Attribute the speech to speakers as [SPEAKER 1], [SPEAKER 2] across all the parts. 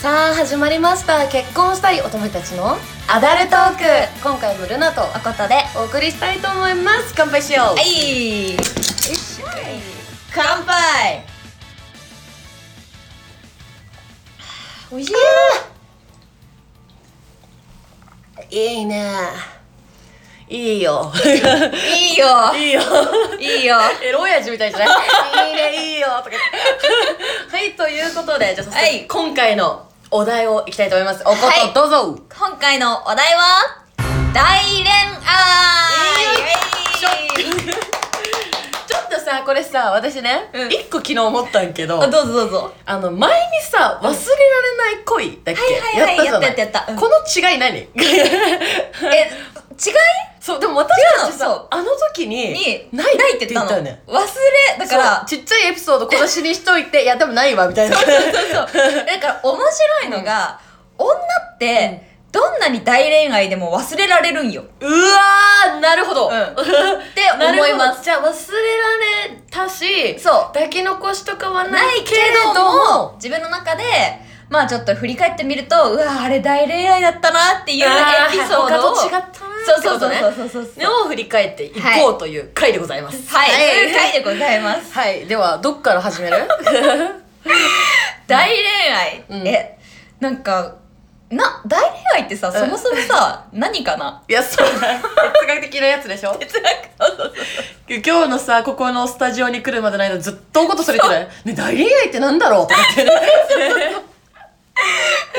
[SPEAKER 1] さあ始まりました結婚したいお友達のアダルトーク今回もルナと
[SPEAKER 2] おことで
[SPEAKER 1] お送りしたいと思います乾杯しよう
[SPEAKER 2] い乾杯
[SPEAKER 1] おいしいいいねいいよ
[SPEAKER 2] いいよ
[SPEAKER 1] いいよ
[SPEAKER 2] いいよ
[SPEAKER 1] エロ親父みたいじゃないいいねいいよとか言ってはいということでじゃあ早速、
[SPEAKER 2] はい
[SPEAKER 1] 今回のお題をいきたいと思いますおこと、
[SPEAKER 2] はい
[SPEAKER 1] どうぞ
[SPEAKER 2] 今回のお題は大恋愛
[SPEAKER 1] ちょっとさこれさ私ね、
[SPEAKER 2] うん
[SPEAKER 1] 一個昨日思ったんけど
[SPEAKER 2] あどうぞどうぞ
[SPEAKER 1] あの前にさ忘れられない恋だ
[SPEAKER 2] はい
[SPEAKER 1] っけ
[SPEAKER 2] はいはい
[SPEAKER 1] じゃな
[SPEAKER 2] やったや
[SPEAKER 1] い
[SPEAKER 2] ったやったうん
[SPEAKER 1] この違い何
[SPEAKER 2] え違い
[SPEAKER 1] そうでも私たち
[SPEAKER 2] 違うのそ
[SPEAKER 1] さ
[SPEAKER 2] う
[SPEAKER 1] あの時に
[SPEAKER 2] に
[SPEAKER 1] ない
[SPEAKER 2] ないっ
[SPEAKER 1] って
[SPEAKER 2] て言
[SPEAKER 1] 言っ
[SPEAKER 2] ったた
[SPEAKER 1] よ
[SPEAKER 2] の
[SPEAKER 1] ね
[SPEAKER 2] 忘れだか
[SPEAKER 1] だから
[SPEAKER 2] ら
[SPEAKER 1] ちっちゃいエピソード今年にしといていやでもないわみたいな
[SPEAKER 2] そうそうだから面白いのが、女ってどんなに大恋愛でも忘れられるんよっ
[SPEAKER 1] うわーなるほど、
[SPEAKER 2] うん
[SPEAKER 1] っ
[SPEAKER 2] て
[SPEAKER 1] て
[SPEAKER 2] 思
[SPEAKER 1] 思い
[SPEAKER 2] いま
[SPEAKER 1] ますすじゃあ忘れられたし
[SPEAKER 2] そう
[SPEAKER 1] 抱き残しとかはな
[SPEAKER 2] ないい
[SPEAKER 1] け
[SPEAKER 2] け
[SPEAKER 1] れ
[SPEAKER 2] れ
[SPEAKER 1] ど
[SPEAKER 2] ど
[SPEAKER 1] も
[SPEAKER 2] も自分の中でまあちょっと振り返ってみるとうわあれ大恋愛だったなっていうエピソードを
[SPEAKER 1] 他と違ったなー
[SPEAKER 2] そうそうそう
[SPEAKER 1] ってことね
[SPEAKER 2] そうそうそうそう
[SPEAKER 1] ねを振り返っていこうという回でございます
[SPEAKER 2] はい、
[SPEAKER 1] は
[SPEAKER 2] はいい、正解でございます
[SPEAKER 1] はい、ではどっから始め る
[SPEAKER 2] 大恋愛、
[SPEAKER 1] うん
[SPEAKER 2] えなんかな大恋愛ってさそもそもさ、何かない
[SPEAKER 1] やそうだ哲学的なやつでしょ
[SPEAKER 2] 哲学そうそうそう
[SPEAKER 1] 今日のさここのスタジオに来るまでの間ずっとおことそれてないね大恋愛ってなんだろうとか言ってね
[SPEAKER 2] 大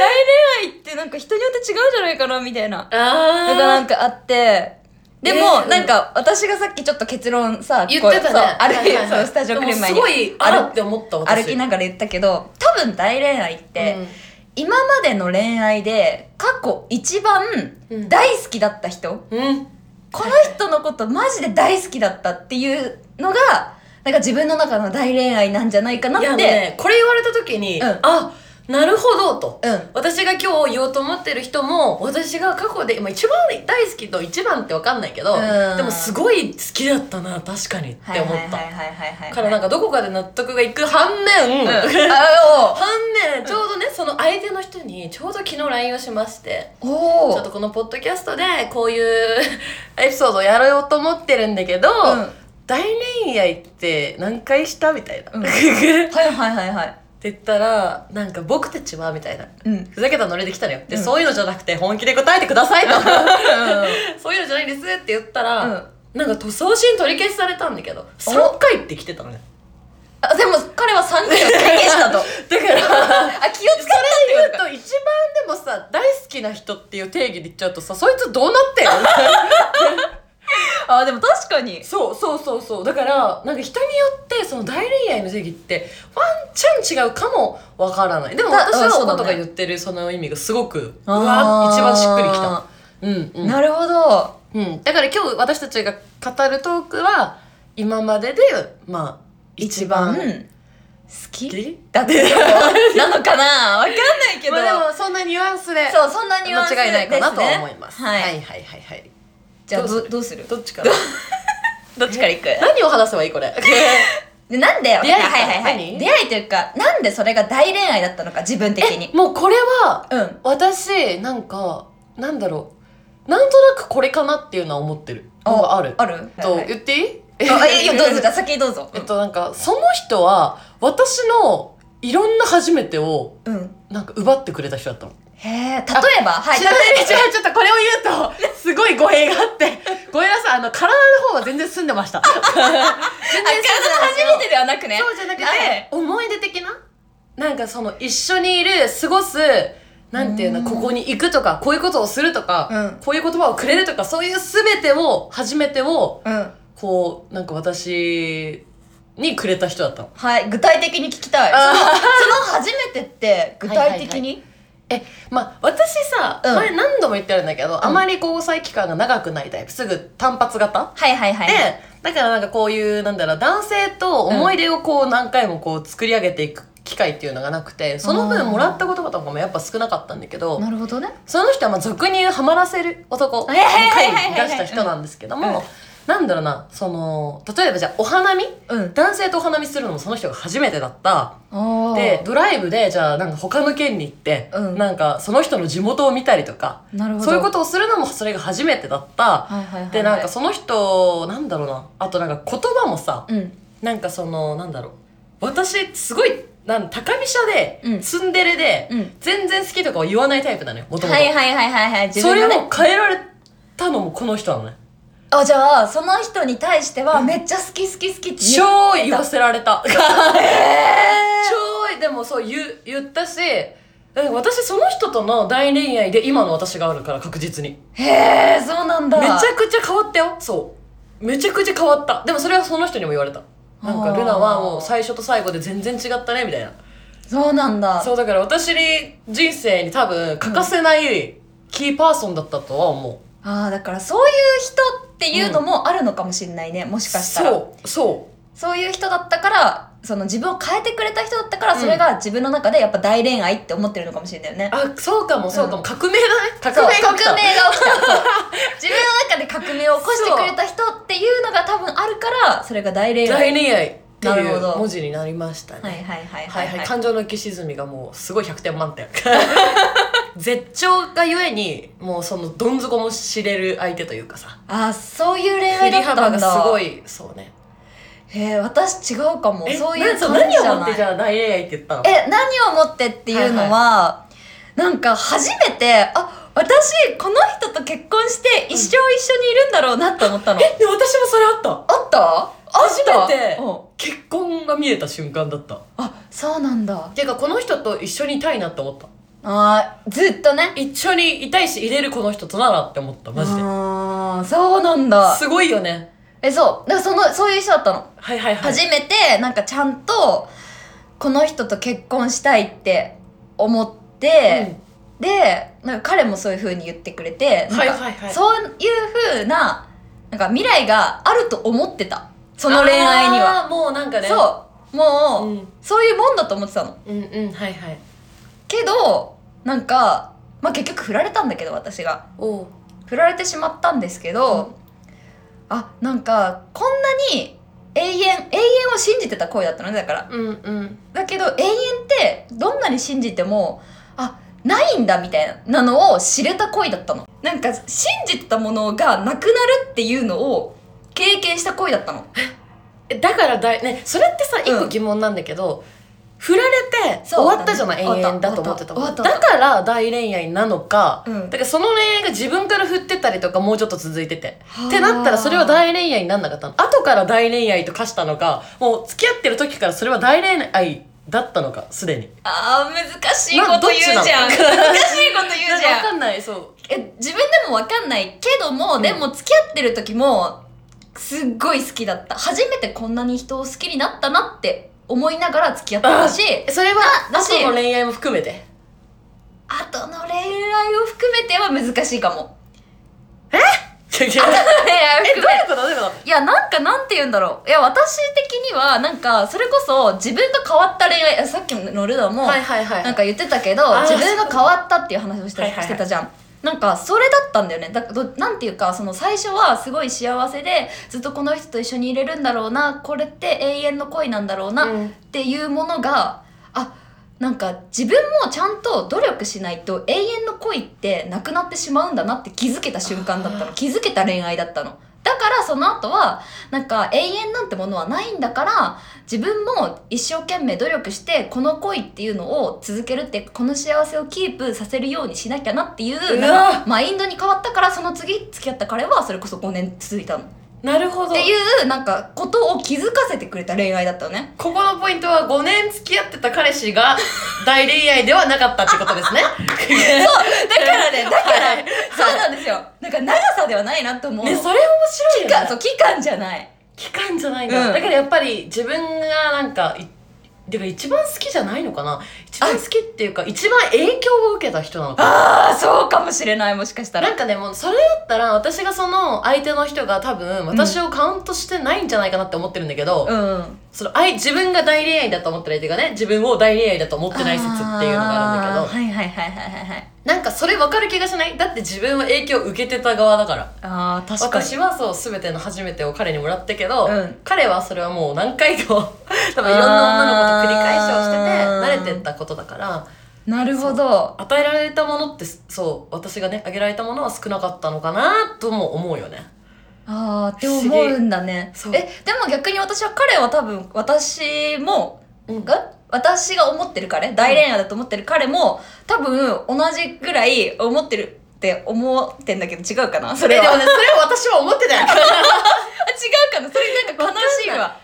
[SPEAKER 2] 恋愛ってなんか人によって違うんじゃないかなみたいな
[SPEAKER 1] あ
[SPEAKER 2] のがなんかあってでも、
[SPEAKER 1] えーうん
[SPEAKER 2] なんか私がさっきちょっと結論さ
[SPEAKER 1] 言ってた
[SPEAKER 2] こうそう
[SPEAKER 1] ね
[SPEAKER 2] 歩
[SPEAKER 1] はい
[SPEAKER 2] き
[SPEAKER 1] はい
[SPEAKER 2] そうスタジオ来る前に
[SPEAKER 1] でもすごいあらって思った
[SPEAKER 2] 歩
[SPEAKER 1] 私
[SPEAKER 2] 歩きながら言ったけど多分大恋愛って、
[SPEAKER 1] うん
[SPEAKER 2] 今までの恋愛で過去一番
[SPEAKER 1] うん
[SPEAKER 2] 大好きだった人、
[SPEAKER 1] うん
[SPEAKER 2] この人のことマジで大好きだったっていうのがなんか自分の中の大恋愛なんじゃないかなっ
[SPEAKER 1] い
[SPEAKER 2] て、
[SPEAKER 1] やねこれ言われた時に、
[SPEAKER 2] うん
[SPEAKER 1] あなるほどと、
[SPEAKER 2] うん
[SPEAKER 1] 私が今日言おうと思ってる人も私が過去で、まあ、一番大好きと一番って分かんないけど、
[SPEAKER 2] うん
[SPEAKER 1] でもすごい好きだったな確かにって
[SPEAKER 2] はい
[SPEAKER 1] 思
[SPEAKER 2] はい
[SPEAKER 1] った、
[SPEAKER 2] はいはいはいはい
[SPEAKER 1] からなんかどこかで納得がいく反面、
[SPEAKER 2] うん
[SPEAKER 1] 反
[SPEAKER 2] あ
[SPEAKER 1] 面ちょうどねその相手の人にちょうど昨日 LINE をしまして
[SPEAKER 2] おお
[SPEAKER 1] ちょっとこのポッドキャストでこういう エピソードをやろうと思ってるんだけど、
[SPEAKER 2] うん
[SPEAKER 1] 大恋愛って何回したみたいな、
[SPEAKER 2] うん
[SPEAKER 1] って
[SPEAKER 2] はいはいはいはい
[SPEAKER 1] 言ったらなんか僕たちはみたいな
[SPEAKER 2] うん、うん
[SPEAKER 1] ふざけたノリで来たのよで、
[SPEAKER 2] うん
[SPEAKER 1] そういうのじゃなくて本気で答えてくださいと そういうのじゃないですって言ったら、
[SPEAKER 2] うん
[SPEAKER 1] なんか塗装シーン取り消しされたんだけど3回って来てたのね
[SPEAKER 2] あでも彼は3回を経験 したと
[SPEAKER 1] だから
[SPEAKER 2] あ気を使った
[SPEAKER 1] それ
[SPEAKER 2] っ
[SPEAKER 1] で
[SPEAKER 2] て
[SPEAKER 1] 言
[SPEAKER 2] こ
[SPEAKER 1] うと一番でもさ大好きな人っていう定義で言っちゃうとさそいつどうなってんの
[SPEAKER 2] とかあでも確かに
[SPEAKER 1] そうそうそうそうだからなんか人によってその大恋愛の定義ってワンチャン違うかもわからないでも
[SPEAKER 2] だ
[SPEAKER 1] 私
[SPEAKER 2] うん
[SPEAKER 1] は
[SPEAKER 2] そうだね
[SPEAKER 1] 音が言ってるその意味がすごくう
[SPEAKER 2] あー
[SPEAKER 1] わ一番しっくりきたうんうん
[SPEAKER 2] なるほど
[SPEAKER 1] うん、だから今日私たちが語るトークは今まででまあ一番
[SPEAKER 2] うん好き
[SPEAKER 1] き
[SPEAKER 2] だって なのかなわかんないけど、
[SPEAKER 1] まあでもそんなニュアンスで
[SPEAKER 2] そうそんなに
[SPEAKER 1] 間違いないかなとは思います
[SPEAKER 2] はい、
[SPEAKER 1] はいはいはいはい
[SPEAKER 2] じゃあ
[SPEAKER 1] どうす
[SPEAKER 2] どどうする
[SPEAKER 1] どっちから
[SPEAKER 2] どっちからいく
[SPEAKER 1] 何を話せばいいこ れ
[SPEAKER 2] でなんで
[SPEAKER 1] 出会いか
[SPEAKER 2] はいはいはい
[SPEAKER 1] 何
[SPEAKER 2] 出会いというかなんでそれが大恋愛だったのか自分的に
[SPEAKER 1] えもうこれは
[SPEAKER 2] うん
[SPEAKER 1] 私なんかなんだろうなんとなくこれかなっていうのは思ってるのがある
[SPEAKER 2] ある
[SPEAKER 1] と
[SPEAKER 2] はいはい
[SPEAKER 1] 言っていい
[SPEAKER 2] あいいよどうぞじゃあ先にどうぞ
[SPEAKER 1] えっとなんかその人は私のいろんな初めてを
[SPEAKER 2] うん
[SPEAKER 1] なんか奪ってくれた人だったの
[SPEAKER 2] へえ例えばはい
[SPEAKER 1] ちなみに違うちょっとこれを言うと すごい語弊があってごめんなさいあの体の方は全然済んでました 全然済んで
[SPEAKER 2] あ体初めてではなくね
[SPEAKER 1] そうじゃなくて、
[SPEAKER 2] はい
[SPEAKER 1] 思い出的ななんかその一緒にいる過ごすなんていう
[SPEAKER 2] う
[SPEAKER 1] の
[SPEAKER 2] ん
[SPEAKER 1] ここに行くとかこういうことをするとか、
[SPEAKER 2] うん
[SPEAKER 1] こういう言葉をくれるとかそういう全てを初めてを
[SPEAKER 2] うん
[SPEAKER 1] こうなんか私にくれた人だったの。
[SPEAKER 2] はい具体的に聞きたいそ
[SPEAKER 1] あ
[SPEAKER 2] のその初めてって具体的に
[SPEAKER 1] えまあ私さ、
[SPEAKER 2] うん
[SPEAKER 1] 前何度も言ってるんだけど、あまり交際期間が長くないタイプすぐ単発型
[SPEAKER 2] はいはいはい
[SPEAKER 1] で、だからなんかこういう、なんだろう、男性と思い出をこう何回もこう作り上げていく機会っていうのがなくて、その
[SPEAKER 2] あ
[SPEAKER 1] 分
[SPEAKER 2] ー
[SPEAKER 1] もらった言葉とかもやっぱ少なかったんだけど、
[SPEAKER 2] なるほどね
[SPEAKER 1] その人はまあ俗に言うハマらせる男、
[SPEAKER 2] はいはいはいはいはい
[SPEAKER 1] 回に出した人なんですけど
[SPEAKER 2] うん
[SPEAKER 1] も、なんだろうなその例えばじゃあお花見
[SPEAKER 2] うん
[SPEAKER 1] 男性とお花見するのもその人が初めてだった
[SPEAKER 2] あ
[SPEAKER 1] でドライブでじゃあなんか他の県に行って、
[SPEAKER 2] うん
[SPEAKER 1] なんかその人の地元を見たりとか
[SPEAKER 2] なるほど
[SPEAKER 1] そういうことをするのもそれが初めてだった、
[SPEAKER 2] はいはいはいはい
[SPEAKER 1] でなんかその人なんだろうなあとなんか言葉もさ
[SPEAKER 2] うん
[SPEAKER 1] なんかそのなんだろう私すごいなん高飛車で、
[SPEAKER 2] うん
[SPEAKER 1] ツンデレで、
[SPEAKER 2] うん
[SPEAKER 1] 全然好きとかは言わないタイプなのよもともと
[SPEAKER 2] はいはいはいはいはい自
[SPEAKER 1] そ
[SPEAKER 2] 分
[SPEAKER 1] れ
[SPEAKER 2] がね
[SPEAKER 1] を変えられたのもこの人なのね
[SPEAKER 2] あじゃあその人に対してはめっちゃ好き好き好きって言う
[SPEAKER 1] 超言わせられた
[SPEAKER 2] え
[SPEAKER 1] 超でもそう言う言ったしえ私その人との大恋愛で今の私があるから確実に
[SPEAKER 2] ー、へーそうなんだ
[SPEAKER 1] めちゃくちゃ変わったよそうめちゃくちゃ変わったでもそれはその人にも言われたなん
[SPEAKER 2] あ
[SPEAKER 1] か
[SPEAKER 2] ー
[SPEAKER 1] ルナはもう最初と最後で全然違ったねみたいな
[SPEAKER 2] そうなんだ
[SPEAKER 1] そうだから私に人生に多分欠かせないキーパーソンだったとは思う、
[SPEAKER 2] ああだからそういう人っていうのもあるのかもしれないね、もしかしたらそう
[SPEAKER 1] そうそ
[SPEAKER 2] いう人だったからその自分を変えてくれた人だったからそれが自分の中でやっぱ大恋愛って思ってるのかもしれないよね
[SPEAKER 1] うあそうかもそうかも、
[SPEAKER 2] うん
[SPEAKER 1] 革命だね革
[SPEAKER 2] そう
[SPEAKER 1] 命が
[SPEAKER 2] 革命
[SPEAKER 1] 起きた
[SPEAKER 2] が起きた そう自分の中で革命を起こしてくれた人っていうのが多分あるからそれが大恋愛
[SPEAKER 1] 大恋愛って
[SPEAKER 2] ないるほ
[SPEAKER 1] う
[SPEAKER 2] ど
[SPEAKER 1] 文字になりましたね
[SPEAKER 2] はいはいはい
[SPEAKER 1] は
[SPEAKER 2] はいい
[SPEAKER 1] はい、
[SPEAKER 2] はい
[SPEAKER 1] 感情の浮き沈みがもうすごい100 点満点絶頂がゆえにもうそのどん底も知れる相手というかさ
[SPEAKER 2] あーそういう恋
[SPEAKER 1] 振
[SPEAKER 2] 愛だ
[SPEAKER 1] り
[SPEAKER 2] ったん
[SPEAKER 1] 幅
[SPEAKER 2] だ
[SPEAKER 1] がすごいそうね
[SPEAKER 2] へえ私違うかも
[SPEAKER 1] え
[SPEAKER 2] そういう
[SPEAKER 1] な
[SPEAKER 2] 感じじ
[SPEAKER 1] 何を
[SPEAKER 2] ゃ
[SPEAKER 1] 思っ
[SPEAKER 2] な
[SPEAKER 1] て
[SPEAKER 2] い
[SPEAKER 1] じゃあ大恋愛って言ったの
[SPEAKER 2] え何をもってっていうのは、なんか初めてあ私この人と結婚して一生一緒にいるんだろうなって思ったの、あっ
[SPEAKER 1] えでも私もそれあった
[SPEAKER 2] たあった
[SPEAKER 1] 初めて
[SPEAKER 2] うん
[SPEAKER 1] 結婚が見えた瞬間だった
[SPEAKER 2] あそうなんだ
[SPEAKER 1] ていうかこの人と一緒にいたいなって思った
[SPEAKER 2] あーずっとね
[SPEAKER 1] 一緒にいたいし入れるこの人とならって思ったマジで
[SPEAKER 2] あーそうなんだ
[SPEAKER 1] すごいよね
[SPEAKER 2] えそうだからそのそういう人だったの、
[SPEAKER 1] はいはいはい
[SPEAKER 2] 初めてなんかちゃんとこの人と結婚したいって思って、でなんか彼もそういう風に言ってくれて
[SPEAKER 1] うん
[SPEAKER 2] なんか
[SPEAKER 1] はいはいはい
[SPEAKER 2] そういう風ななんか未来があると思ってたその恋愛には、
[SPEAKER 1] あーもうなんかね
[SPEAKER 2] そうもう、
[SPEAKER 1] うん
[SPEAKER 2] そういうもんだと思ってたの
[SPEAKER 1] うんうんはいはい
[SPEAKER 2] けどなんか、まあ、結局振られたんだけど私が
[SPEAKER 1] おう
[SPEAKER 2] 振られてしまったんですけど、あなんかこんなに永遠永遠を信じてた恋だったのねだから
[SPEAKER 1] うんうん
[SPEAKER 2] だけど永遠ってどんなに信じてもあないんだみたいなのを知れた恋だったのなんか信じてたものがなくなるっていうのを経験した恋だったの
[SPEAKER 1] えだからだいねそれってさ
[SPEAKER 2] ん
[SPEAKER 1] 一個疑問なんだけど、振られて終
[SPEAKER 2] そう
[SPEAKER 1] わったじゃない
[SPEAKER 2] 終わ
[SPEAKER 1] 永
[SPEAKER 2] った
[SPEAKER 1] 遠だと思ってた
[SPEAKER 2] 終わっ
[SPEAKER 1] もん
[SPEAKER 2] た
[SPEAKER 1] だ
[SPEAKER 2] 終わっ
[SPEAKER 1] から大恋愛なのか、
[SPEAKER 2] うん
[SPEAKER 1] だからその恋愛が自分から振ってたりとかもうちょっと続いててってなったらそれは大恋愛になんなかったの後から大恋愛と化したのかもう付き合ってる時からそれは大恋愛だったのかすでに
[SPEAKER 2] あー難しいこと言うじゃん
[SPEAKER 1] などっ
[SPEAKER 2] 難し
[SPEAKER 1] ち
[SPEAKER 2] い
[SPEAKER 1] なの
[SPEAKER 2] こと言うじ
[SPEAKER 1] わ
[SPEAKER 2] ゃ
[SPEAKER 1] か
[SPEAKER 2] ん
[SPEAKER 1] んないそう
[SPEAKER 2] え自分でもわかんないけども、でも付き合ってる時もすっごい好きだった初めてこんなに人を好きになったなって思いながら付き合ってたし
[SPEAKER 1] それは
[SPEAKER 2] あ私
[SPEAKER 1] 後の恋愛も含めて
[SPEAKER 2] 後の恋愛を含めては難しいかも
[SPEAKER 1] えどう いう
[SPEAKER 2] 恋愛を含めて
[SPEAKER 1] ことどういうこ
[SPEAKER 2] いや、なんかなんて言うんだろう。いや、私的には、なんか、それこそ、自分が変わった恋愛、あさっきのルダも、
[SPEAKER 1] とはいはいはい
[SPEAKER 2] なんか言ってたけど
[SPEAKER 1] あー、
[SPEAKER 2] 自分が変わったっていう話をして,、
[SPEAKER 1] はいはいはい
[SPEAKER 2] してたじゃん。なんか、それだったんだよね。だどなんていうか、その、最初はすごい幸せで、ずっとこの人と一緒にいれるんだろうな、これって永遠の恋なんだろうな、
[SPEAKER 1] うん
[SPEAKER 2] っていうものが、あ、なんか、自分もちゃんと努力しないと、永遠の恋ってなくなってしまうんだなって気づけた瞬間だった
[SPEAKER 1] あ
[SPEAKER 2] の。気づけた恋愛だったの。だから、その後は、なんか永遠なんてものはないんだから自分も一生懸命努力してこの恋っていうのを続けるってこの幸せをキープさせるようにしなきゃなっていう
[SPEAKER 1] うわ
[SPEAKER 2] なんかマインドに変わったからその次付き合った彼はそれこそ5年続いたのっ
[SPEAKER 1] なるほど
[SPEAKER 2] ていうなんかことを気づかせてくれた恋愛だったのね
[SPEAKER 1] ここのポイントは5年付き合ってた彼氏が大恋愛ではなかったってこ とですね。
[SPEAKER 2] そうだからねだから、
[SPEAKER 1] はい
[SPEAKER 2] そうなんですよなんか長さではないなと思う、
[SPEAKER 1] ね、それ面白い
[SPEAKER 2] 期
[SPEAKER 1] よ
[SPEAKER 2] 間
[SPEAKER 1] ね
[SPEAKER 2] そう期間じゃない
[SPEAKER 1] 期間じゃないんだ、
[SPEAKER 2] うん
[SPEAKER 1] だからやっぱり自分がなんかいてか一番好きじゃないのかな一番好きっていうか一番影響を受けた人なのかな
[SPEAKER 2] ああそうかもしれないもしかしたら
[SPEAKER 1] なんかでもそれだったら私がその相手の人が多分私をカウントしてないんじゃないかなって思ってるんだけど、
[SPEAKER 2] うん
[SPEAKER 1] その相自分が大恋愛だと思ってる相手がね自分を大恋愛だと思ってない説っていうのがあるんだけど
[SPEAKER 2] あーはいはいはいはいはいはい
[SPEAKER 1] なんかそれ分かる気がしないだって自分は影響を受けてた側だから
[SPEAKER 2] あー確かに
[SPEAKER 1] 私はそう全ての初めてを彼にもらったけど、
[SPEAKER 2] うん
[SPEAKER 1] 彼はそれはも う何回か多分いろんな女の子と繰り返しをして
[SPEAKER 2] あー
[SPEAKER 1] て慣れてったことだから
[SPEAKER 2] なるほど
[SPEAKER 1] 与えられたものってそう私がねあげられたものは少なかったのかなとも思うよね
[SPEAKER 2] ああって思うんだね
[SPEAKER 1] 不思議そう
[SPEAKER 2] えでも逆に私は彼は多分私も
[SPEAKER 1] うん
[SPEAKER 2] が私が思ってる彼大恋愛だと思ってる彼も多分同じぐらい思ってるって思ってんだけど違うかなそ
[SPEAKER 1] それ
[SPEAKER 2] れ
[SPEAKER 1] でも
[SPEAKER 2] は
[SPEAKER 1] ねそれは私は思っ てたよなんか
[SPEAKER 2] あ違うかなそれなんか悲しいわ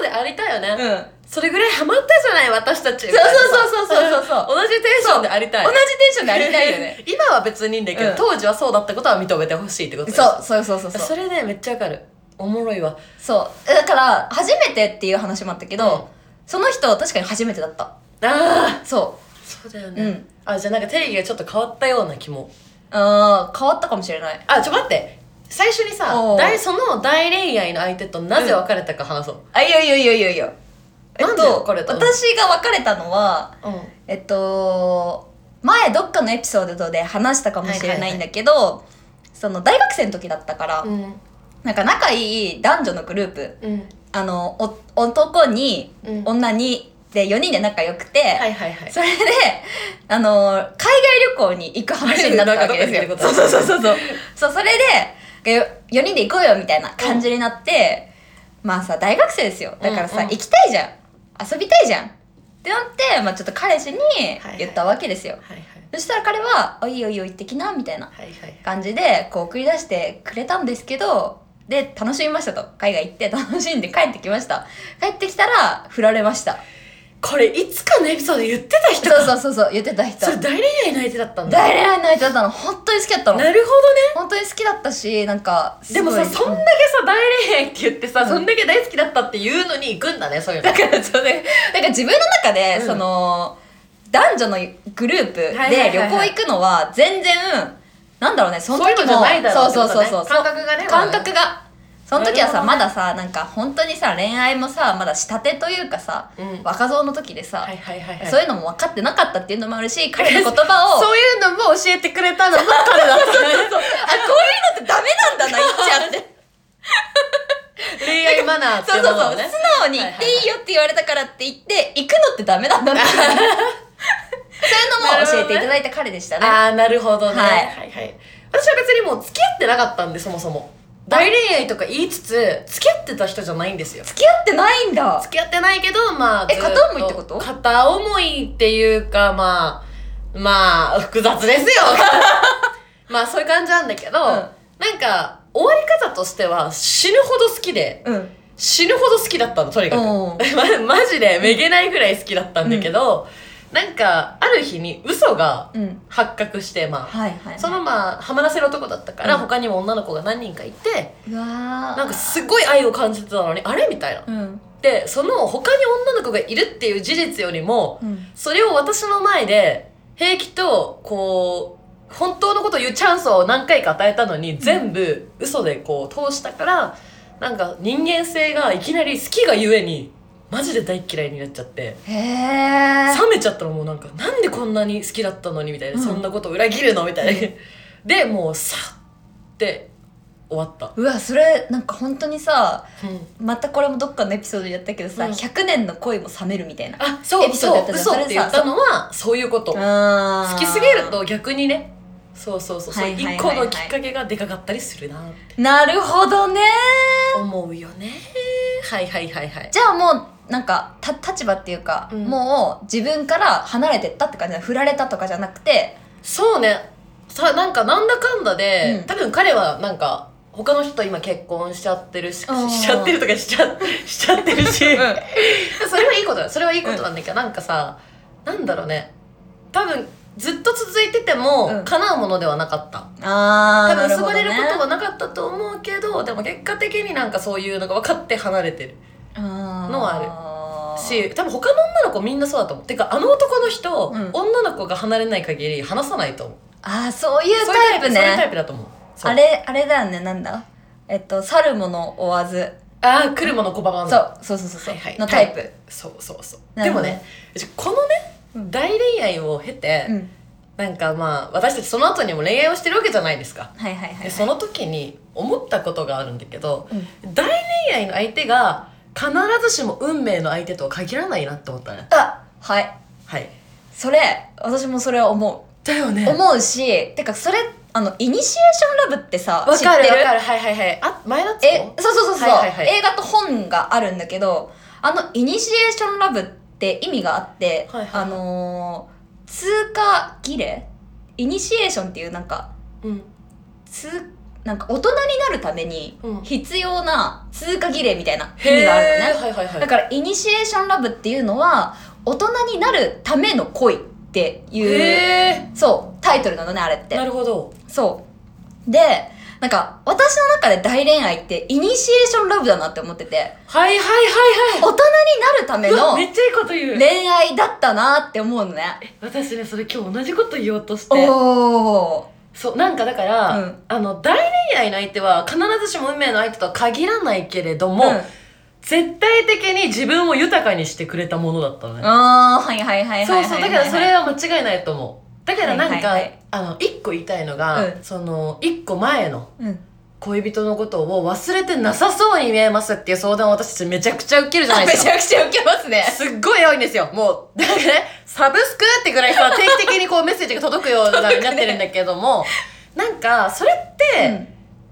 [SPEAKER 1] そうでありたいよね、
[SPEAKER 2] うん
[SPEAKER 1] それぐらいハマったじゃない私たち
[SPEAKER 2] そうそうそうそうそうそう
[SPEAKER 1] 同じテンションでありたい
[SPEAKER 2] 同じテン ションでありたいよね
[SPEAKER 1] 今は別にいいんだけど、
[SPEAKER 2] うん
[SPEAKER 1] 当時はそうだったことは認めてほしいってことだよ
[SPEAKER 2] そうそうそうそうそう
[SPEAKER 1] それねめっちゃわかるおもろいわ
[SPEAKER 2] そうだから初めてっていう話もあったけど、
[SPEAKER 1] うん
[SPEAKER 2] その人は確かに初めてだった
[SPEAKER 1] ああ
[SPEAKER 2] そ
[SPEAKER 1] そうだよ
[SPEAKER 2] う
[SPEAKER 1] ね、
[SPEAKER 2] うん
[SPEAKER 1] あじゃあなんか定義がちょっと変わったような気も
[SPEAKER 2] あー変わったかもしれない
[SPEAKER 1] あちょ待って最初にさ
[SPEAKER 2] おう
[SPEAKER 1] 大その大恋愛の相手となぜ別れたか話そう、
[SPEAKER 2] あいやいやいやいやいやえっ
[SPEAKER 1] なんで
[SPEAKER 2] と
[SPEAKER 1] 別れたの
[SPEAKER 2] 私が別れたのは
[SPEAKER 1] うん
[SPEAKER 2] えっと前どっかのエピソードで話したかもしれないんだけど、その大学生の時だったから、
[SPEAKER 1] うん
[SPEAKER 2] なんか仲いい男女のグループ
[SPEAKER 1] うん
[SPEAKER 2] あのお男に、
[SPEAKER 1] うん
[SPEAKER 2] 女にで4人で仲良くて、
[SPEAKER 1] はいはいはい
[SPEAKER 2] それで、あの海外旅行に行く話になったわけです
[SPEAKER 1] なん
[SPEAKER 2] よ。
[SPEAKER 1] かど
[SPEAKER 2] そ
[SPEAKER 1] っ
[SPEAKER 2] う
[SPEAKER 1] か
[SPEAKER 2] そうそうそう
[SPEAKER 1] 行くっ
[SPEAKER 2] そう。そう、それで、よ4人で行こうよみたいな感じになって、まあさ、大学生ですよ。だからさ、
[SPEAKER 1] うんうん
[SPEAKER 2] 行きたいじゃん。遊びたいじゃん。ってなって、まあちょっと彼氏に言ったわけですよ。
[SPEAKER 1] はいはい
[SPEAKER 2] そしたら彼は、あいいよいいよ行ってきな、みたいな
[SPEAKER 1] はいはい
[SPEAKER 2] 感じで、こう送り出してくれたんですけど、で、楽しみましたと。海外行って楽しんで帰ってきました。帰ってきたら、振られました。
[SPEAKER 1] これいつかのエピソードで言ってた人
[SPEAKER 2] そうそ
[SPEAKER 1] か
[SPEAKER 2] うそうそう、言ってた人。
[SPEAKER 1] それ大恋愛の相手だったんだ
[SPEAKER 2] 大恋愛の相手だったの本当に好きだったの
[SPEAKER 1] なるほどね
[SPEAKER 2] 本当に好きだったしなんかす
[SPEAKER 1] で
[SPEAKER 2] ご
[SPEAKER 1] も
[SPEAKER 2] い
[SPEAKER 1] さそんだけさ大恋愛って言ってさ、
[SPEAKER 2] うん
[SPEAKER 1] そんだけ大好きだったっていうのに行くんだねそういうの
[SPEAKER 2] だからそうねなんか自分の中で、
[SPEAKER 1] うん
[SPEAKER 2] その男女のグループで
[SPEAKER 1] はいはいはい
[SPEAKER 2] 旅
[SPEAKER 1] はい
[SPEAKER 2] 行行くのは全然なんだろうねその
[SPEAKER 1] そういう
[SPEAKER 2] 時
[SPEAKER 1] の
[SPEAKER 2] も
[SPEAKER 1] じゃないだろ
[SPEAKER 2] そう
[SPEAKER 1] っ
[SPEAKER 2] そう
[SPEAKER 1] てことね
[SPEAKER 2] そうそう
[SPEAKER 1] 感覚がね
[SPEAKER 2] 感覚がその時はさ
[SPEAKER 1] な
[SPEAKER 2] ま
[SPEAKER 1] るほどね
[SPEAKER 2] ださなんか本当にさ恋愛もさまだしたてというかさ、
[SPEAKER 1] うん
[SPEAKER 2] 若造の時でさ、
[SPEAKER 1] はいはいはいはい
[SPEAKER 2] そういうのも分かってなかったっていうのもあるし彼の言葉を
[SPEAKER 1] そういうのも教えてくれたのも彼 だった
[SPEAKER 2] あ
[SPEAKER 1] ね
[SPEAKER 2] こういうのってダメなんだな言っちゃって
[SPEAKER 1] 恋愛マナーって
[SPEAKER 2] そ
[SPEAKER 1] いううの
[SPEAKER 2] そう
[SPEAKER 1] も
[SPEAKER 2] そう、
[SPEAKER 1] ね
[SPEAKER 2] 素直に行っていいよって言われたからって言って、行くのってダメなんだなって。そういうのも教えていただいた彼でしたね。
[SPEAKER 1] ああなるほどね、
[SPEAKER 2] はい
[SPEAKER 1] はいはい私は別にもう付き合ってなかったんでそもそも大恋愛とか言いつつ付き合ってた人じゃないんですよ
[SPEAKER 2] 付き合ってないんだ。
[SPEAKER 1] 付き合ってないけどまあ
[SPEAKER 2] え
[SPEAKER 1] ずっと
[SPEAKER 2] 片思いってこと
[SPEAKER 1] 片思いっていうかまあまあ複 雑ですよまあそういう感じなんだけど、なんか終わり方としては死ぬほど好きで
[SPEAKER 2] うん。うん。
[SPEAKER 1] 死ぬほど好きだったのとにかく
[SPEAKER 2] おー
[SPEAKER 1] まマジでめげないぐらい好きだったんだけど、なんかある日に嘘が
[SPEAKER 2] うん。
[SPEAKER 1] 発覚してまあ
[SPEAKER 2] はいはい。
[SPEAKER 1] その、まあハマらせる男だったから、
[SPEAKER 2] うん
[SPEAKER 1] 他にも女の子が何人かいて
[SPEAKER 2] うわー
[SPEAKER 1] なんかすごい愛を感じてたのにあれみたいな
[SPEAKER 2] うん。
[SPEAKER 1] でその他に女の子がいるっていう事実よりも
[SPEAKER 2] うん。
[SPEAKER 1] それを私の前で平気とこう本当のことを言うチャンスを何回か与えたのに全部嘘でこう通したからなんか人間性がいきなり好きがゆえにマジで大っ嫌いになっちゃって
[SPEAKER 2] へー。
[SPEAKER 1] 冷めちゃったのもうなんかなんでこんなに好きだったのにみたいな、
[SPEAKER 2] うん
[SPEAKER 1] そんなこと裏切るのみたいな
[SPEAKER 2] う
[SPEAKER 1] でもうさって終わった、
[SPEAKER 2] うわ、それ、なんか本当にさ、またこれもどっかのエピソードでやったけどさ、
[SPEAKER 1] うん
[SPEAKER 2] 100年の恋も冷めるみたいな。
[SPEAKER 1] あそ
[SPEAKER 2] エ
[SPEAKER 1] う
[SPEAKER 2] ピソード
[SPEAKER 1] そ
[SPEAKER 2] やっ
[SPEAKER 1] う
[SPEAKER 2] たじゃん
[SPEAKER 1] 嘘って言った
[SPEAKER 2] それさ
[SPEAKER 1] のはそういうこと
[SPEAKER 2] あ
[SPEAKER 1] 好
[SPEAKER 2] ー
[SPEAKER 1] きすぎると逆にねそうそうそうそう
[SPEAKER 2] はいはいはいはい
[SPEAKER 1] 一個のきっかけがでかかったりするなって
[SPEAKER 2] なるほどね
[SPEAKER 1] 思うよねはいはいはいはい
[SPEAKER 2] じゃあもうなんかた立場っていうか、
[SPEAKER 1] うん
[SPEAKER 2] もう自分から離れてったって感じだ振られたとかじゃなくて
[SPEAKER 1] そうねさなんかなんだかんだで、
[SPEAKER 2] うん
[SPEAKER 1] 多分彼はなんか他の人と今結婚しちゃってるし
[SPEAKER 2] あー
[SPEAKER 1] しちゃってるとかし ちゃしちゃってるし、それはいいことだよそれはいいことなんだけど、なんかさなんだろうね多分ずっと続いてても、
[SPEAKER 2] うん
[SPEAKER 1] 叶うものではなかった
[SPEAKER 2] ああ
[SPEAKER 1] 多分結ばれること
[SPEAKER 2] は
[SPEAKER 1] はなかったと思うけどでも結果的になんかそういうのが分かって離れてるのはあるし多分他の女の子みんなそうだと思うてかあの男の人、
[SPEAKER 2] うん
[SPEAKER 1] 女の子が離れない限り話さないと思う
[SPEAKER 2] ああそういう
[SPEAKER 1] そう
[SPEAKER 2] タイ
[SPEAKER 1] いう
[SPEAKER 2] プ
[SPEAKER 1] そういうタ
[SPEAKER 2] ね
[SPEAKER 1] イプだと思うそう
[SPEAKER 2] あれあれだよねなんだえっと去る者追わず
[SPEAKER 1] ああ来るもの拒まん
[SPEAKER 2] そ
[SPEAKER 1] の
[SPEAKER 2] うそうそうそうそう
[SPEAKER 1] はいはい
[SPEAKER 2] のタイプ、
[SPEAKER 1] そうそうそう
[SPEAKER 2] な
[SPEAKER 1] で
[SPEAKER 2] るほ
[SPEAKER 1] も
[SPEAKER 2] ど
[SPEAKER 1] ねこのね大恋愛を経て、
[SPEAKER 2] うん
[SPEAKER 1] なんかまあ私たちその後にも恋愛をしてるわけじゃないですか
[SPEAKER 2] はいはいはい、は
[SPEAKER 1] で
[SPEAKER 2] い、
[SPEAKER 1] その時に思ったことがあるんだけど、
[SPEAKER 2] う
[SPEAKER 1] 大恋愛の相手が必ずしも運命の相手とは限らないなって思ったね
[SPEAKER 2] あはい
[SPEAKER 1] はい
[SPEAKER 2] それ私もそれは思
[SPEAKER 1] だよね
[SPEAKER 2] う思うしてかそれあのイニシエーションラブってさ
[SPEAKER 1] わ
[SPEAKER 2] 知っ
[SPEAKER 1] かる
[SPEAKER 2] て
[SPEAKER 1] わ
[SPEAKER 2] る
[SPEAKER 1] かるはいはいはいあ前田敦子
[SPEAKER 2] えそうそうそうそう、
[SPEAKER 1] はいはいはい
[SPEAKER 2] 映画と本があるんだけどあのイニシエーションラブって意味があって、
[SPEAKER 1] はいはい
[SPEAKER 2] あのー通過儀礼イニシエーションっていうなんか
[SPEAKER 1] うん
[SPEAKER 2] 通なんか大人になるために
[SPEAKER 1] うん
[SPEAKER 2] 必要な通過儀礼みたいな意
[SPEAKER 1] へ
[SPEAKER 2] 味
[SPEAKER 1] え
[SPEAKER 2] があるのね、
[SPEAKER 1] はいはいはい
[SPEAKER 2] だからイニシエーションラブっていうのは大人になるための恋っていう
[SPEAKER 1] へ
[SPEAKER 2] そうタイトルなのねあれっ
[SPEAKER 1] え
[SPEAKER 2] て
[SPEAKER 1] なるほど
[SPEAKER 2] そうでなんか私の中で大恋愛ってイニシエーションラブだなって思ってて
[SPEAKER 1] はいはい
[SPEAKER 2] 大
[SPEAKER 1] はい
[SPEAKER 2] 人になるため
[SPEAKER 1] はいうわ
[SPEAKER 2] の
[SPEAKER 1] めっちゃいいこと言う、
[SPEAKER 2] 恋愛だったなって思うのね
[SPEAKER 1] 私ねそれ今日同じこと言おうとして
[SPEAKER 2] おー
[SPEAKER 1] そうなんかだから、
[SPEAKER 2] うん
[SPEAKER 1] あの大恋愛の相手は必ずしも運命の相手とは限らないけれども、
[SPEAKER 2] うん
[SPEAKER 1] 絶対的に自分を豊かにしてくれたものだったのね、
[SPEAKER 2] あーはいはいはいは
[SPEAKER 1] そ
[SPEAKER 2] いう
[SPEAKER 1] そうだからそれは間違いないと思うだからなんか、
[SPEAKER 2] はいはいはい
[SPEAKER 1] あの一個言いたいのが、
[SPEAKER 2] うん
[SPEAKER 1] その一個前の
[SPEAKER 2] うん
[SPEAKER 1] 恋人のことを忘れてなさそうに見えますっていう相談を私たちめちゃくちゃ受けるじゃない
[SPEAKER 2] め
[SPEAKER 1] です
[SPEAKER 2] ち
[SPEAKER 1] か
[SPEAKER 2] ゃくちゃウケますね
[SPEAKER 1] すっごい多いんですよもうだからねサブスクってぐらいさ定期的にこうメッセージが届くようなになってるんだけど も、なんかそれって、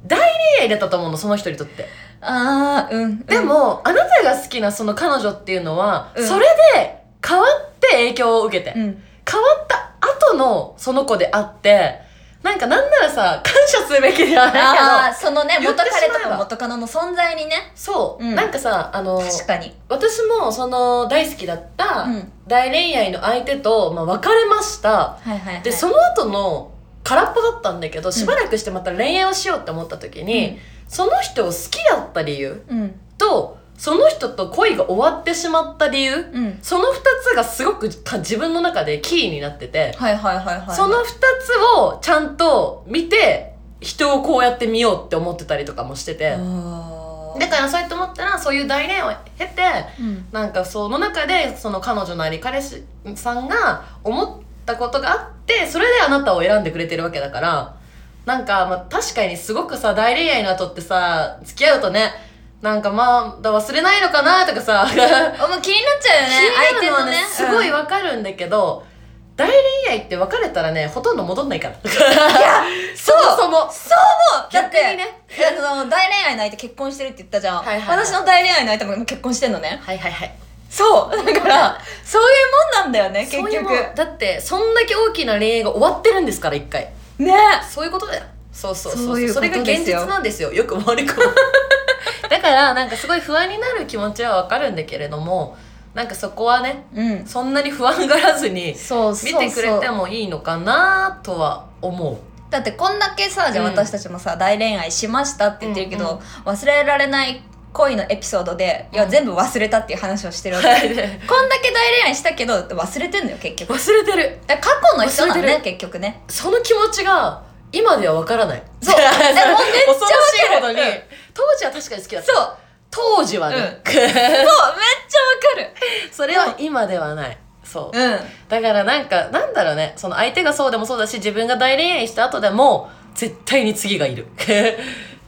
[SPEAKER 1] 恋愛だったと思うのその人にとって
[SPEAKER 2] あーうんうん
[SPEAKER 1] でも、あなたが好きなその彼女っていうのは、
[SPEAKER 2] うん
[SPEAKER 1] それで変わって影響を受けて、
[SPEAKER 2] うん
[SPEAKER 1] 変わった後のその子であってなんかなんならさ感謝すべきではない
[SPEAKER 2] あ
[SPEAKER 1] けど
[SPEAKER 2] あそのね
[SPEAKER 1] 言っ
[SPEAKER 2] 元
[SPEAKER 1] てしまえ
[SPEAKER 2] 彼
[SPEAKER 1] ば
[SPEAKER 2] とか元カノの存在にね
[SPEAKER 1] そう、
[SPEAKER 2] うん
[SPEAKER 1] なんかさあの
[SPEAKER 2] 確かに
[SPEAKER 1] 私もその大好きだった
[SPEAKER 2] うん
[SPEAKER 1] 大恋愛の相手と、まあ、別れました
[SPEAKER 2] はいはいはい
[SPEAKER 1] でその後の空っぽだったんだけどしばらくしてまた恋愛をしようって思った時に、その人を好きだった理由
[SPEAKER 2] うん
[SPEAKER 1] とその人と恋が終わってしまった理由
[SPEAKER 2] うん
[SPEAKER 1] その2つがすごくか自分の中でキーになってて、
[SPEAKER 2] はいはいはいはい
[SPEAKER 1] その2つをちゃんと見て人をこうやって見ようって思ってたりとかもしてて、
[SPEAKER 2] あー
[SPEAKER 1] だからそうやって思ったらそういう大恋愛を経て
[SPEAKER 2] うん
[SPEAKER 1] なんかその中でその彼女なり彼氏さんが思ったことがあってそれであなたを選んでくれてるわけだからなんかまあ確かにすごくさ大恋愛の後ってさ付き合うとねなんかまあだ忘れないのかなとか さ
[SPEAKER 2] あもう気になっちゃうよね
[SPEAKER 1] 気になるのはね
[SPEAKER 2] 相手
[SPEAKER 1] す
[SPEAKER 2] のね
[SPEAKER 1] ごい
[SPEAKER 2] うん
[SPEAKER 1] わかるんだけど、大恋愛って別れたらねほとんど戻んないから
[SPEAKER 2] いや
[SPEAKER 1] そ
[SPEAKER 2] そう
[SPEAKER 1] も
[SPEAKER 2] そう
[SPEAKER 1] そも
[SPEAKER 2] 思うだっ
[SPEAKER 1] 逆
[SPEAKER 2] て
[SPEAKER 1] にね
[SPEAKER 2] あの大恋愛の相手結婚してるって言ったじゃん、
[SPEAKER 1] はいはいはい
[SPEAKER 2] 私の大恋愛の相手も結婚してんのね
[SPEAKER 1] はいはいはい
[SPEAKER 2] そうだからそういうもんなんだよね結
[SPEAKER 1] そういう
[SPEAKER 2] 局
[SPEAKER 1] もんだってそんだけ大きな恋愛が終わってるんですから一回
[SPEAKER 2] ね
[SPEAKER 1] そういうことだよそうそうそう
[SPEAKER 2] そういうこと
[SPEAKER 1] れ
[SPEAKER 2] です
[SPEAKER 1] が
[SPEAKER 2] よ
[SPEAKER 1] 現実なんですよよく回り込む だからなんかすごい不安になる気持ちはわかるんだけれどもなんかそこはね
[SPEAKER 2] うん
[SPEAKER 1] そんなに不安がらずに
[SPEAKER 2] そう
[SPEAKER 1] 見
[SPEAKER 2] そう
[SPEAKER 1] てくれ
[SPEAKER 2] そう
[SPEAKER 1] てもいいのかなとは思う
[SPEAKER 2] だってこんだけさじゃあ
[SPEAKER 1] うん
[SPEAKER 2] 私たちもさ、大恋愛しましたって言ってるけど、
[SPEAKER 1] うんうん
[SPEAKER 2] 忘れられない恋のエピソードでいや全部忘れたっていう話をしてるわ け、
[SPEAKER 1] 忘
[SPEAKER 2] こんだけ大恋愛したけど忘れてんのよ結 局
[SPEAKER 1] れてる
[SPEAKER 2] だから過去の人なん
[SPEAKER 1] 忘れて
[SPEAKER 2] ね結局ね
[SPEAKER 1] その気持ちが今ではわからない
[SPEAKER 2] そう
[SPEAKER 1] れ
[SPEAKER 2] えもうめっちゃわかる
[SPEAKER 1] 恐ろしいほどに
[SPEAKER 2] うん
[SPEAKER 1] 当時は確かに好きだっ
[SPEAKER 2] そ
[SPEAKER 1] た
[SPEAKER 2] うそう
[SPEAKER 1] 当時はね、
[SPEAKER 2] うんめっち
[SPEAKER 1] それは今ではないそう
[SPEAKER 2] ゃわかる
[SPEAKER 1] だからなんかなんだろうねその相手がそうでもそうだし自分が大恋愛した後でも絶対に次がいる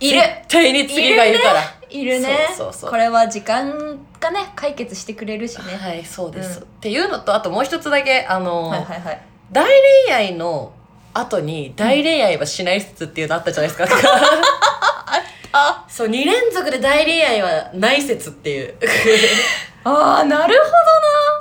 [SPEAKER 2] いる
[SPEAKER 1] 絶対に次がいるから
[SPEAKER 2] うんいるね
[SPEAKER 1] そうそうそう
[SPEAKER 2] これは時間がね解決してくれるしね、
[SPEAKER 1] はいそうです、
[SPEAKER 2] うん
[SPEAKER 1] っていうのとあともう一つだけあの、
[SPEAKER 2] はいはいはい
[SPEAKER 1] 大恋愛の後に大恋愛はしない説っていうのあったじゃないです か、
[SPEAKER 2] あ
[SPEAKER 1] そう2連続で大恋愛はない説っていう
[SPEAKER 2] あーなるほ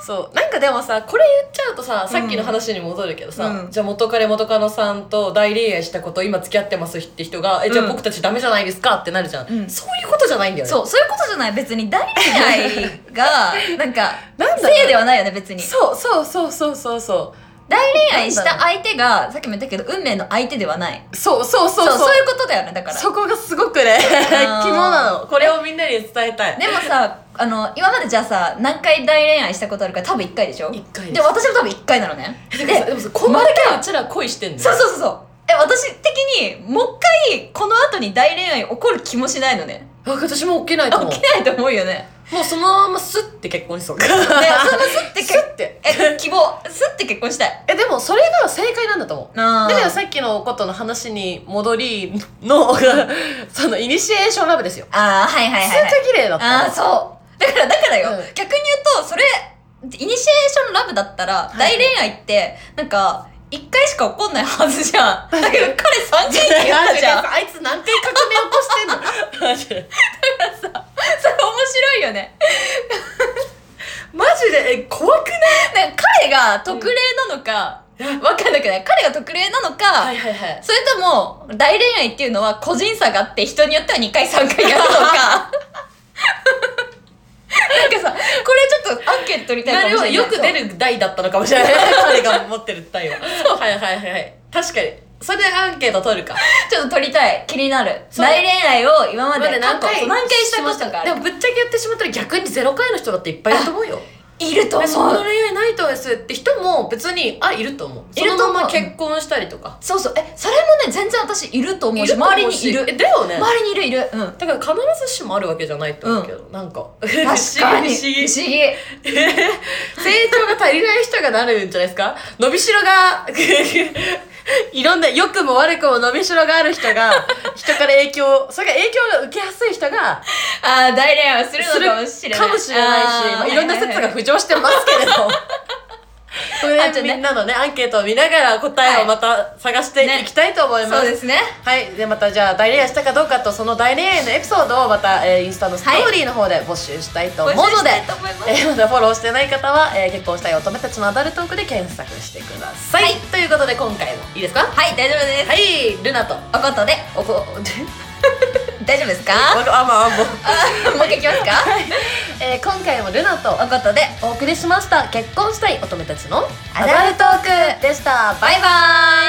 [SPEAKER 1] そうなんかでもさこれ言っちゃうとささっきの話に戻るけどさ、
[SPEAKER 2] うん
[SPEAKER 1] じゃあ元彼元カノさんと大恋愛したこと今付き合ってますって人が「えじゃあ
[SPEAKER 2] うん
[SPEAKER 1] 僕たちダメじゃないですか」ってなるじゃん、
[SPEAKER 2] うん
[SPEAKER 1] そういうことじゃないんだよ
[SPEAKER 2] どそう
[SPEAKER 1] ね
[SPEAKER 2] そういうことじゃない別に大恋愛がなんか
[SPEAKER 1] なんだろう
[SPEAKER 2] せいではないよね別に
[SPEAKER 1] そうそうそうそうそうそう
[SPEAKER 2] 大恋愛した相手がさっきも言ったけど運命の相手ではない
[SPEAKER 1] そうそう
[SPEAKER 2] そ
[SPEAKER 1] そうう
[SPEAKER 2] そ
[SPEAKER 1] そうう
[SPEAKER 2] いうことだよねだから
[SPEAKER 1] そこがすごくね
[SPEAKER 2] あー
[SPEAKER 1] 肝なのこれをみんなに伝えたい
[SPEAKER 2] でもさあの今までじゃあさ何回大恋愛したことあるか多分1回でしょ
[SPEAKER 1] 一回
[SPEAKER 2] で私も多分1回なのね
[SPEAKER 1] えでもさでもさこんだけうちら恋してんの
[SPEAKER 2] そう
[SPEAKER 1] よ
[SPEAKER 2] そうそうそうえ私的にもう一回この後に大恋愛起こる気もしないのね
[SPEAKER 1] あ私も起きないと
[SPEAKER 2] あ
[SPEAKER 1] 思
[SPEAKER 2] 起きないと思うよね
[SPEAKER 1] うもうそのままスッて結 婚しそうか
[SPEAKER 2] でそのすってけ
[SPEAKER 1] スッて
[SPEAKER 2] え希望すって結婚したい
[SPEAKER 1] えでもそれが正解なんだと思う
[SPEAKER 2] あ
[SPEAKER 1] だ
[SPEAKER 2] ー
[SPEAKER 1] けどさっきのことの話に戻りの そのイニシエーションラブですよ
[SPEAKER 2] あーはいはいはい、はい、
[SPEAKER 1] めっちゃ綺麗だった
[SPEAKER 2] ああそうだからだからよ、
[SPEAKER 1] うん
[SPEAKER 2] 逆に言うとそれイニシエーションラブだったら、
[SPEAKER 1] はい
[SPEAKER 2] 大恋愛ってなんか一回しか起こんないはずじゃん だけど彼三回って言っ
[SPEAKER 1] マ
[SPEAKER 2] た
[SPEAKER 1] ジ
[SPEAKER 2] じ
[SPEAKER 1] で
[SPEAKER 2] ゃん
[SPEAKER 1] あいつ何回革命起こしてんの
[SPEAKER 2] それ面白いよね
[SPEAKER 1] マジでえ怖くない
[SPEAKER 2] なんか彼が特例なのか、わかんなくない彼が特例なのか、
[SPEAKER 1] はいはいはい
[SPEAKER 2] それとも大恋愛っていうのは個人差があって人によっては2回3回や るのかなんかさこれちょっとアンケート取りたい
[SPEAKER 1] な
[SPEAKER 2] か
[SPEAKER 1] る
[SPEAKER 2] も
[SPEAKER 1] ほ
[SPEAKER 2] し
[SPEAKER 1] ど
[SPEAKER 2] れない
[SPEAKER 1] よく出る台だったのかもしれない 彼が持ってる台ははいはいはいはい確かにそれでアンケート取るか
[SPEAKER 2] そうちょっと取りたい気になる
[SPEAKER 1] そう
[SPEAKER 2] 大恋愛を今まで何回
[SPEAKER 1] 過去
[SPEAKER 2] 何回したことがあ
[SPEAKER 1] で
[SPEAKER 2] る
[SPEAKER 1] もぶっちゃけ言ってしまったら逆にゼロ回の人だっていっぱいいると思うよ
[SPEAKER 2] いると
[SPEAKER 1] えそんな
[SPEAKER 2] 思う
[SPEAKER 1] 恋愛ないとですって人も別にあいると思う
[SPEAKER 2] い
[SPEAKER 1] そ
[SPEAKER 2] ると思う
[SPEAKER 1] のまま結婚したりとか
[SPEAKER 2] そうそうえそれもね全然私いると思うし
[SPEAKER 1] と思う
[SPEAKER 2] 周りに
[SPEAKER 1] し
[SPEAKER 2] いる
[SPEAKER 1] えだよね
[SPEAKER 2] 周りにいるいるうん
[SPEAKER 1] だから必ずしもあるわけじゃないと思うけど、なんか確
[SPEAKER 2] 確かに
[SPEAKER 1] 不思
[SPEAKER 2] 不
[SPEAKER 1] 議不思議
[SPEAKER 2] 思議
[SPEAKER 1] 成長が足りない人がなるんじゃないですか伸びしろが いろんな良くも悪くも伸びしろがある人が人から影響それが影響を受けやすい人が
[SPEAKER 2] ああ大恋愛をするのかもし
[SPEAKER 1] す
[SPEAKER 2] れ
[SPEAKER 1] る
[SPEAKER 2] ない
[SPEAKER 1] かもしれないしまあいろんな説が浮上してますけれど こ
[SPEAKER 2] あ
[SPEAKER 1] れ
[SPEAKER 2] と
[SPEAKER 1] で
[SPEAKER 2] ね
[SPEAKER 1] みんなのねアンケートを見ながら答えをまた探していきたいと思います、
[SPEAKER 2] そうですね
[SPEAKER 1] はい、でまたじゃあ大恋愛したかどうかとその大恋愛のエピソードをまた、えーインスタのストーリーの方で募集したいと思うの
[SPEAKER 2] 募集し
[SPEAKER 1] で、
[SPEAKER 2] たいと思います
[SPEAKER 1] えーまだフォローしてない方は、えー結婚したい乙女たちのアダルトークで検索してください、
[SPEAKER 2] はい
[SPEAKER 1] ということで今回もいいですかは
[SPEAKER 2] はい大丈夫です
[SPEAKER 1] いルナと
[SPEAKER 2] おことで
[SPEAKER 1] おこ
[SPEAKER 2] 大丈夫ですか
[SPEAKER 1] あ
[SPEAKER 2] も
[SPEAKER 1] まああもう、
[SPEAKER 2] う一回いきますか
[SPEAKER 1] えー今回もルナと
[SPEAKER 2] おことで
[SPEAKER 1] お送りしました結婚したい乙女たちの
[SPEAKER 2] アダルトーク
[SPEAKER 1] でしたバイ
[SPEAKER 2] バイバーイ